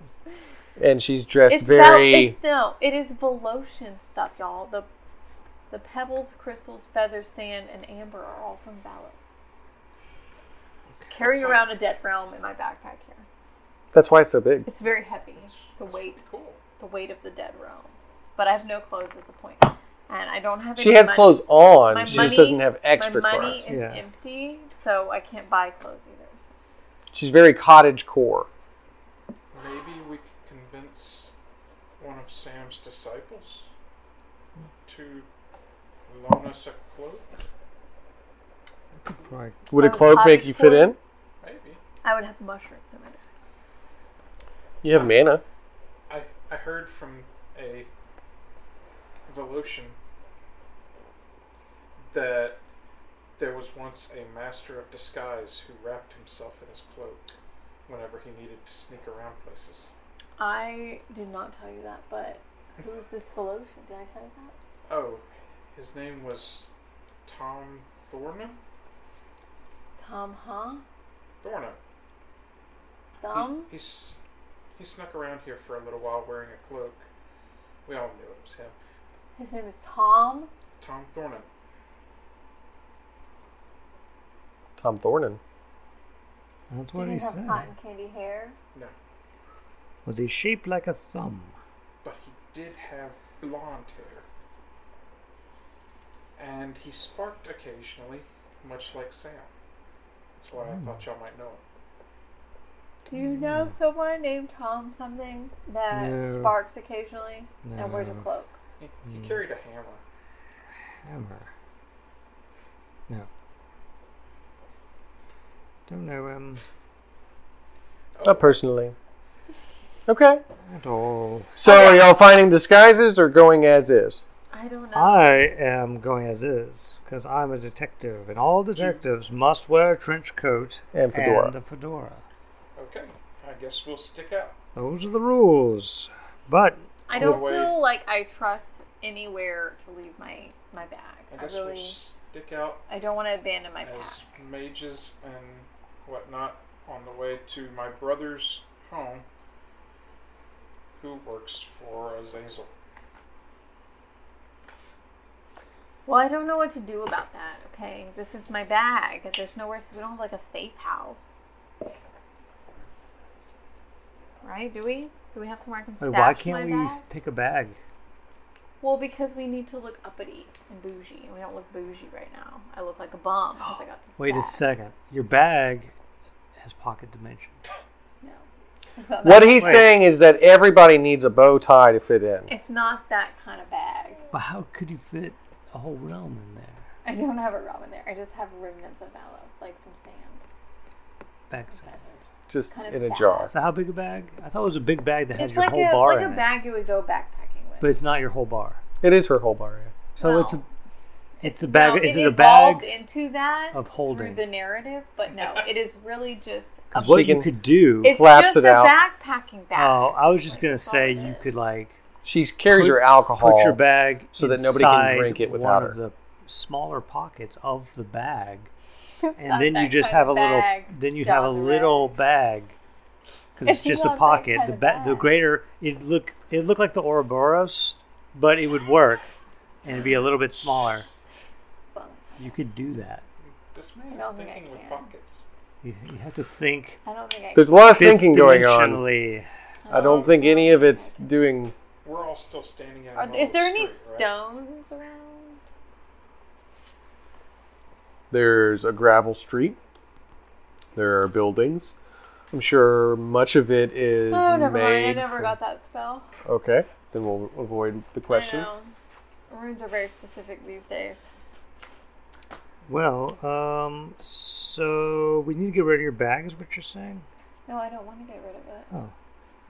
Speaker 2: And she's dressed
Speaker 3: it's val-
Speaker 2: very.
Speaker 3: it's, no, it is Volosian stuff, y'all. The the pebbles, crystals, feathers, sand, and amber are all from Valos. Carrying
Speaker 4: So-
Speaker 3: around a dead realm in my backpack here.
Speaker 2: That's why it's so big.
Speaker 3: It's very heavy. The
Speaker 4: That's pretty
Speaker 3: weight,
Speaker 4: Cool.
Speaker 3: the weight of the dead realm. But I have no clothes is the point, and I don't have.
Speaker 2: She
Speaker 3: any
Speaker 2: has
Speaker 3: money.
Speaker 2: clothes
Speaker 3: My
Speaker 2: on. She just
Speaker 3: money-
Speaker 2: doesn't have extra
Speaker 3: my money
Speaker 2: clothes.
Speaker 3: is
Speaker 5: Yeah.
Speaker 3: empty, so I can't buy clothes either.
Speaker 2: She's very cottage core.
Speaker 4: Maybe we could convince one of Sam's disciples to loan us a cloak.
Speaker 5: Probably.
Speaker 2: Would a
Speaker 3: Those
Speaker 2: cloak make
Speaker 3: Oh, cottage
Speaker 2: you fit
Speaker 3: core?
Speaker 2: in?
Speaker 4: Maybe.
Speaker 3: I would have mushrooms in my bag.
Speaker 2: You have mana.
Speaker 4: I, I heard from a Volusian that there was once a master of disguise who wrapped himself in his cloak whenever he needed to sneak around places.
Speaker 3: I did not tell you that, but who's this Volosian? Did I tell you that?
Speaker 4: Oh, his name was Tom Thornham?
Speaker 3: Tom, huh?
Speaker 4: Thornham.
Speaker 3: Thumb?
Speaker 4: He, he's, he snuck around here for a little while wearing a cloak. We all knew it was him.
Speaker 3: His name is Tom.
Speaker 4: Tom Thornham.
Speaker 2: Tom Thornan.
Speaker 5: That's
Speaker 3: Did
Speaker 5: what
Speaker 3: he
Speaker 5: he
Speaker 3: have
Speaker 5: said.
Speaker 3: cotton candy hair?
Speaker 4: No.
Speaker 5: Was he shaped like a thumb?
Speaker 4: but he did have blonde hair. And he sparked occasionally, much like Sam. That's why I thought y'all might know him.
Speaker 3: Do you know someone named Tom something that
Speaker 5: Hmm. No.
Speaker 3: sparks occasionally and wears a
Speaker 5: No.
Speaker 3: cloak?
Speaker 4: He, he carried a hammer.
Speaker 5: Hammer. No. Don't know him
Speaker 2: Not personally. Okay.
Speaker 5: at all.
Speaker 2: So are y'all finding disguises or going as is?
Speaker 3: I don't know.
Speaker 5: I am going as is because I'm a detective, and all detectives must wear a trench coat
Speaker 2: And fedora.
Speaker 5: a fedora.
Speaker 4: Okay, I guess we'll stick out.
Speaker 5: Those are the rules. But
Speaker 3: I don't
Speaker 4: Wait.
Speaker 3: feel like I trust anywhere to leave my, my bag.
Speaker 4: I
Speaker 3: I
Speaker 4: guess
Speaker 3: really,
Speaker 4: we'll stick out
Speaker 3: I don't want to abandon my pack.
Speaker 4: as mages and whatnot on the way to my brother's home, who works for Azazel.
Speaker 3: Well, I don't know what to do about that. Okay, this is my bag. There's nowhere. We don't have like a safe house, right? Do we? Do we have somewhere I can
Speaker 5: wait,
Speaker 3: stash
Speaker 5: why can't
Speaker 3: my
Speaker 5: we
Speaker 3: bag?
Speaker 5: s- take a bag?
Speaker 3: Well, because we need to look uppity and bougie, and we don't look bougie right now. I look like a bum because I got this.
Speaker 5: Wait a
Speaker 3: bag.
Speaker 5: second. Your bag has pocket dimensions.
Speaker 3: No, it's not,
Speaker 2: What he's
Speaker 5: Wait.
Speaker 2: saying is that everybody needs a bow tie to fit in.
Speaker 3: it's not that kind of bag.
Speaker 5: But how could you fit a whole realm in there?
Speaker 3: I don't have a rum in there. I just have remnants of mallows, like some sand,
Speaker 5: Backside.
Speaker 3: feathers.
Speaker 2: Just
Speaker 3: Kind of
Speaker 2: in a
Speaker 3: sad.
Speaker 2: jar.
Speaker 5: So how big a bag? I thought it was a big bag that had
Speaker 3: It's
Speaker 5: your
Speaker 3: like
Speaker 5: whole
Speaker 3: a
Speaker 5: bar
Speaker 3: like
Speaker 5: in
Speaker 3: a
Speaker 5: it.
Speaker 3: bag you would go backpacking with.
Speaker 5: But it's not your whole bar.
Speaker 2: It is her whole bar. yeah.
Speaker 5: So it's a
Speaker 3: No.
Speaker 5: it's a bag.
Speaker 3: No,
Speaker 5: is it, a
Speaker 3: evolved
Speaker 5: bag?
Speaker 3: into that
Speaker 5: of holding?
Speaker 3: through the narrative? But no, it is really just
Speaker 5: Because
Speaker 2: She
Speaker 5: what you
Speaker 2: can-
Speaker 5: could do.
Speaker 3: it's
Speaker 2: Flaps
Speaker 3: just
Speaker 2: it
Speaker 3: a
Speaker 2: out.
Speaker 3: backpacking bag.
Speaker 5: Oh, I was just gonna
Speaker 3: That's all
Speaker 5: say
Speaker 3: it
Speaker 5: you
Speaker 3: is.
Speaker 5: could like
Speaker 2: She carries
Speaker 5: put-
Speaker 2: her alcohol.
Speaker 5: Put your bag
Speaker 2: so that nobody can
Speaker 5: inside
Speaker 2: drink it without
Speaker 5: one
Speaker 2: her.
Speaker 5: of the smaller pockets of the bag,
Speaker 3: not
Speaker 5: and then you
Speaker 3: that
Speaker 5: just
Speaker 3: kind
Speaker 5: have a
Speaker 3: of
Speaker 5: little.
Speaker 3: bag
Speaker 5: Then you'd have a
Speaker 3: down the road.
Speaker 5: little bag because it's
Speaker 3: It's
Speaker 5: just
Speaker 3: not
Speaker 5: a
Speaker 3: that
Speaker 5: pocket.
Speaker 3: kind
Speaker 5: The
Speaker 3: of
Speaker 5: ba- the
Speaker 3: bag.
Speaker 5: greater it look it looked like the Ouroboros, but it would work and it'd be a little bit smaller. You could do that.
Speaker 4: This man is
Speaker 3: don't think I
Speaker 4: thinking with
Speaker 3: can.
Speaker 4: pockets.
Speaker 5: You, you have to think.
Speaker 3: I don't think I.
Speaker 2: There's a lot of
Speaker 5: Fifth
Speaker 2: thinking going on.
Speaker 5: dimensionally.
Speaker 2: I don't think any of it's doing
Speaker 4: We're all still standing out. in the
Speaker 3: Are,
Speaker 4: middle
Speaker 3: is
Speaker 4: of the
Speaker 3: there any
Speaker 4: street, right?
Speaker 3: stones around?
Speaker 2: There's a gravel street. There are buildings. I'm sure much of it is
Speaker 3: Oh, never
Speaker 2: made.
Speaker 3: mind. I never
Speaker 2: from-
Speaker 3: got that spell.
Speaker 2: Okay, then we'll avoid the question.
Speaker 3: I know. Runes are very specific these days.
Speaker 5: Well, um, so we need to get rid of your bag, is what you're saying?
Speaker 3: No, I don't want to get rid of it.
Speaker 5: Oh.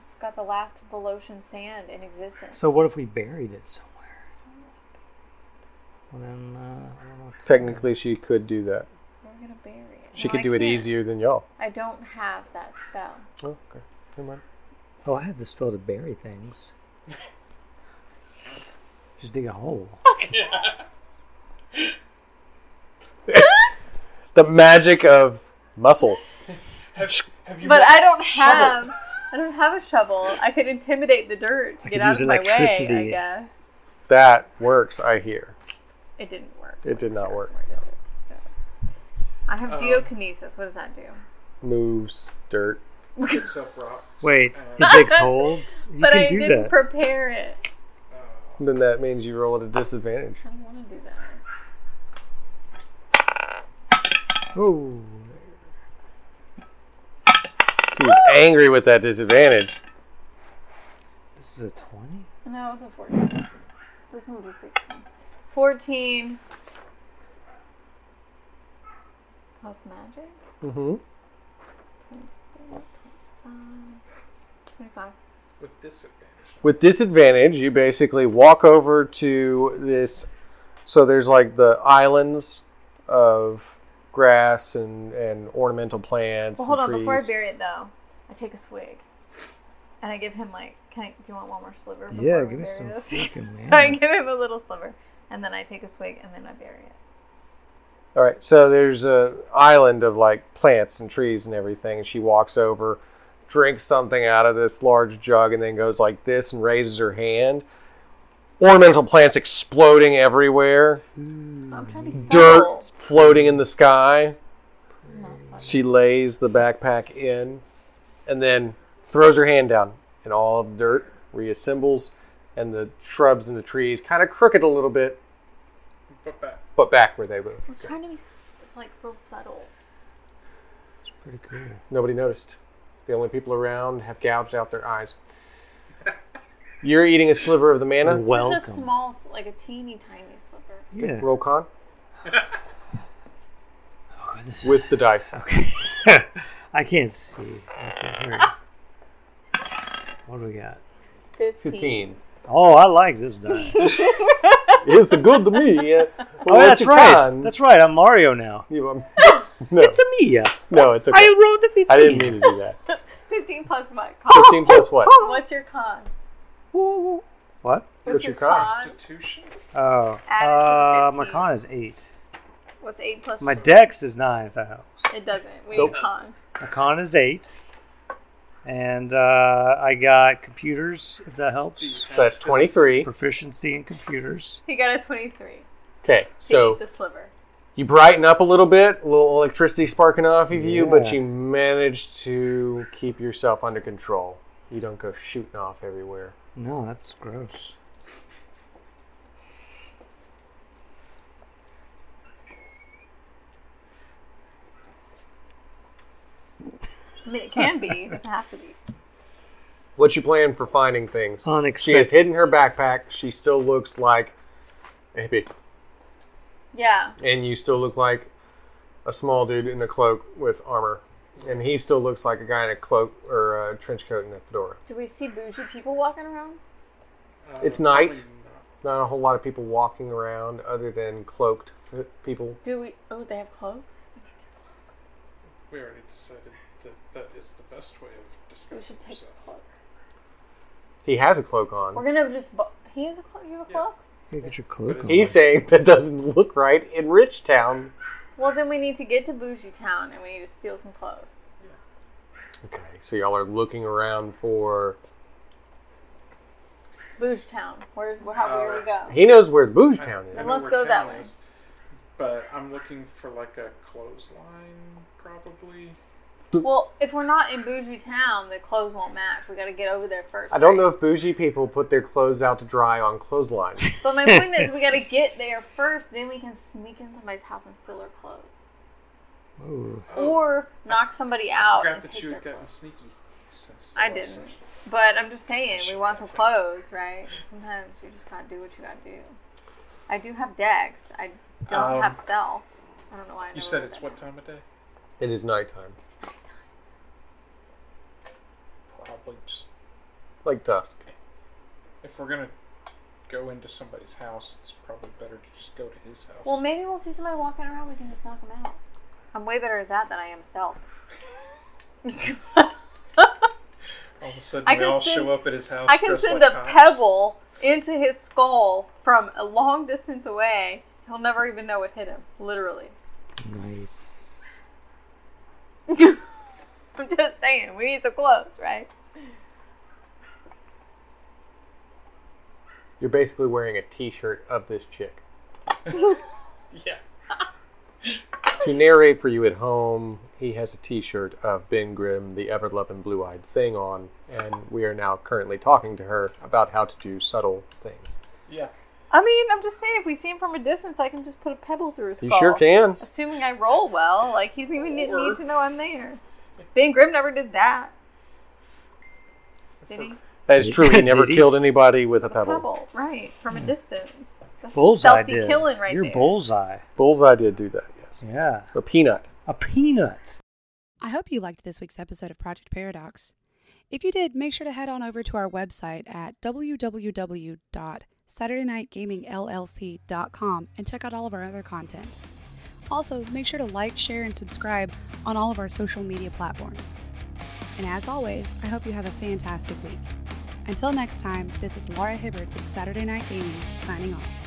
Speaker 3: It's got the last of the lotion sand in existence.
Speaker 5: So what if we buried it somewhere? Well, then, uh, I don't know. what to do.
Speaker 2: Technically, she could do that.
Speaker 3: We're gonna bury it.
Speaker 2: She
Speaker 3: No,
Speaker 2: could
Speaker 3: I
Speaker 2: do it
Speaker 3: can't.
Speaker 2: easier than y'all.
Speaker 3: I don't have that spell.
Speaker 2: Oh, okay. Never mind.
Speaker 5: Oh, I have the spell to bury things. Just dig a hole.
Speaker 2: The magic of muscle.
Speaker 4: Have, have you
Speaker 3: But
Speaker 4: met-
Speaker 3: I don't
Speaker 4: Shovel.
Speaker 3: have. I don't have a shovel. I could intimidate the dirt to
Speaker 5: I
Speaker 3: get
Speaker 5: could
Speaker 3: out
Speaker 5: use
Speaker 3: of my way. I
Speaker 5: electricity.
Speaker 3: guess
Speaker 2: That works, I hear.
Speaker 3: it didn't work.
Speaker 2: It did not work.
Speaker 3: I have
Speaker 4: Um,
Speaker 3: geokinesis. What does that do?
Speaker 2: Moves, dirt.
Speaker 4: picks up rocks?
Speaker 5: Wait,
Speaker 4: and,
Speaker 5: he digs holes? You
Speaker 3: but
Speaker 5: can
Speaker 3: I
Speaker 5: do
Speaker 3: didn't
Speaker 5: that.
Speaker 3: prepare it.
Speaker 4: uh,
Speaker 2: Then that means you roll at a disadvantage.
Speaker 3: I don't want to do that.
Speaker 5: Whoa.
Speaker 2: She was angry with that disadvantage.
Speaker 5: This is a 20?
Speaker 3: No, it was a fourteen. This one was a sixteen. Fourteen. Plus magic.
Speaker 2: Mm-hmm.
Speaker 3: Um, Twenty-five.
Speaker 4: with disadvantage.
Speaker 2: With disadvantage, you basically walk over to this. So there's like the islands of grass and, and ornamental plants.
Speaker 3: Well, hold
Speaker 2: and
Speaker 3: on. Before I
Speaker 2: trees.
Speaker 3: bury it, though, I take a swig, and I give him like, "Can I, do you want one more sliver?" before
Speaker 5: Yeah,
Speaker 3: we
Speaker 5: give me
Speaker 3: bury
Speaker 5: some
Speaker 3: this?
Speaker 5: freaking
Speaker 3: I
Speaker 5: man.
Speaker 3: give him a little sliver, and then I take a swig, and then I bury it.
Speaker 2: All right, so there's a island of like plants and trees and everything. And she walks over, drinks something out of this large jug, and then goes like this and raises her hand. Ornamental plants exploding everywhere,
Speaker 3: I'm trying
Speaker 5: Mm-hmm.
Speaker 3: to be
Speaker 2: dirt
Speaker 3: subtle.
Speaker 2: floating in the sky.
Speaker 3: This is not subtle.
Speaker 2: She lays the backpack in, and then throws her hand down, and all of the dirt reassembles, and the shrubs and the trees kind of crooked a little bit,
Speaker 4: But back.
Speaker 2: but back where they were.
Speaker 3: I was trying to be like real subtle.
Speaker 5: It's pretty cool.
Speaker 2: Nobody noticed. The only people around have gouged out their eyes. You're eating a sliver of the mana.
Speaker 5: Welcome.
Speaker 3: Just a small, like a teeny tiny sliver.
Speaker 5: yeah.
Speaker 2: Roll con
Speaker 5: Oh, this-
Speaker 2: with the dice.
Speaker 5: I can't see. I can't hear. what do we got?
Speaker 3: Fifteen.
Speaker 2: Fifteen.
Speaker 5: Oh, I like this die. oh,
Speaker 2: It's the good to me. yeah. Well,
Speaker 5: that's
Speaker 2: your
Speaker 5: right.
Speaker 2: con.
Speaker 5: That's right. I'm Mario now.
Speaker 2: You, um, no,
Speaker 5: It's a Mia.
Speaker 2: no, it's okay.
Speaker 5: I
Speaker 2: I,
Speaker 5: rolled a 15.
Speaker 2: didn't mean to do that.
Speaker 3: Fifteen plus my con.
Speaker 2: Fifteen plus what?
Speaker 3: What's your con?
Speaker 5: Woo. What?
Speaker 2: What's your con?
Speaker 4: Constitution?
Speaker 5: Oh,
Speaker 3: Add it to the
Speaker 5: uh, my
Speaker 3: 15.
Speaker 5: con is 8.
Speaker 3: What's eight plus?
Speaker 5: My
Speaker 3: three?
Speaker 5: dex is 9, if that helps.
Speaker 3: It doesn't. We
Speaker 2: Nope.
Speaker 3: need con.
Speaker 5: My con is 8. And uh, I got computers, if that helps.
Speaker 2: So that's twenty-three.
Speaker 5: Proficiency in computers.
Speaker 3: He got a twenty-three.
Speaker 2: Okay,
Speaker 3: to
Speaker 2: so
Speaker 3: eat the sliver.
Speaker 2: you brighten up a little bit, a little electricity sparking off of you, but
Speaker 5: Yeah.
Speaker 2: you manage to keep yourself under control. You don't go shooting off everywhere.
Speaker 5: No, that's gross.
Speaker 3: I mean, it can be. It doesn't have to be.
Speaker 2: What's your plan for finding things? She
Speaker 5: Unexpected.
Speaker 2: has hidden her backpack. She still looks like a hippie.
Speaker 3: Yeah.
Speaker 2: And you still look like a small dude in a cloak with armor. And he still looks like a guy in a cloak or a trench coat and a fedora.
Speaker 3: Do we see bougie people walking around?
Speaker 4: Uh,
Speaker 2: It's night.
Speaker 4: probably not.
Speaker 2: Not a whole lot of people walking around other than cloaked f- people.
Speaker 3: Do we? Oh, they have cloaks.
Speaker 4: We already decided that that is the best way of discussing.
Speaker 3: We should take
Speaker 4: yourself.
Speaker 3: the cloaks.
Speaker 2: He has a cloak
Speaker 3: We're
Speaker 2: on.
Speaker 3: gonna just. Bu- he has a cloak. You have a
Speaker 4: Yeah.
Speaker 3: cloak.
Speaker 5: Here, Get your cloak on.
Speaker 2: He's saying that doesn't look right in Rich Town.
Speaker 3: Well, then we need to get to bougie town and we need to steal some clothes.
Speaker 2: Okay, so y'all are looking around for.
Speaker 3: Bougie town. Where's where? How, where we go?
Speaker 2: He knows where Booge
Speaker 4: I-
Speaker 2: Town
Speaker 4: I
Speaker 2: is.
Speaker 4: know
Speaker 3: let's
Speaker 4: where
Speaker 3: go that
Speaker 4: town
Speaker 3: way.
Speaker 4: is, But I'm looking for like a clothesline, probably.
Speaker 3: Well, if we're not in bougie town, the clothes won't match. We got to get over there first.
Speaker 2: I don't know
Speaker 3: right?
Speaker 2: if bougie people put their clothes out to dry on clotheslines.
Speaker 3: But my point is, we got to get there first. Then we can sneak in somebody's house and steal their clothes,
Speaker 5: Ooh.
Speaker 3: or knock somebody
Speaker 4: Oh. I
Speaker 3: out.
Speaker 4: forgot
Speaker 3: and
Speaker 4: that
Speaker 3: Oh, take
Speaker 4: you
Speaker 3: their
Speaker 4: had gotten
Speaker 3: clothes.
Speaker 4: sneaky. since the
Speaker 3: I
Speaker 4: last
Speaker 3: didn't.
Speaker 4: session.
Speaker 3: But I'm just saying, we want some clothes, right? Sometimes you just gotta do what you gotta do. I do have dex. I don't
Speaker 4: Um,
Speaker 3: have stealth. I don't know why. I
Speaker 4: You
Speaker 3: never
Speaker 4: said
Speaker 3: wrote
Speaker 4: it's
Speaker 3: that
Speaker 4: what
Speaker 3: down.
Speaker 4: time of day?
Speaker 2: it is nighttime,
Speaker 4: Probably just
Speaker 2: like dusk.
Speaker 4: if we're gonna go into somebody's house, it's probably better to just go to his house.
Speaker 3: Well, maybe we'll see somebody walking around. We can just knock them out. I'm way better at that than I am stealth.
Speaker 4: all of a sudden,
Speaker 3: I
Speaker 4: we
Speaker 3: can
Speaker 4: all
Speaker 3: send-
Speaker 4: show up at his house.
Speaker 3: I can
Speaker 4: dressed
Speaker 3: send
Speaker 4: like
Speaker 3: a
Speaker 4: cops.
Speaker 3: pebble into his skull from a long distance away. He'll never even know it hit him. Literally.
Speaker 5: Nice.
Speaker 3: I'm just saying, we need some clothes, right?
Speaker 2: You're basically wearing a T-shirt of this chick.
Speaker 4: Yeah.
Speaker 2: To narrate for you at home, he has a T-shirt of Ben Grimm, the ever-loving blue-eyed thing, on, and we are now currently talking to her about how to do subtle things.
Speaker 4: Yeah.
Speaker 3: I mean, I'm just saying, if we see him from a distance, I can just put a pebble through his
Speaker 2: You
Speaker 3: skull.
Speaker 2: sure can.
Speaker 3: Assuming I roll well, like he's even need,
Speaker 4: Or-
Speaker 3: need to know I'm there. Ben Grimm never did that. Did he?
Speaker 2: That is true. He
Speaker 5: Did
Speaker 2: never
Speaker 5: he?
Speaker 2: killed anybody with a
Speaker 3: A pebble.
Speaker 2: pebble.
Speaker 3: right? From a distance. That's
Speaker 5: Bullseye
Speaker 3: stealthy
Speaker 5: did.
Speaker 3: killing right
Speaker 5: You're
Speaker 3: there.
Speaker 5: bullseye.
Speaker 2: Bullseye did do that. Yes.
Speaker 5: Yeah.
Speaker 2: A peanut.
Speaker 5: A peanut.
Speaker 1: I hope you liked this week's episode of Project Paradox. If you did, make sure to head on over to our website at www.saturdaynightgamingllc.com and check out all of our other content. Also, make sure to like, share, and subscribe on all of our social media platforms. And as always, I hope you have a fantastic week. Until next time, this is Laura Hibbert with Saturday Night Gaming signing off.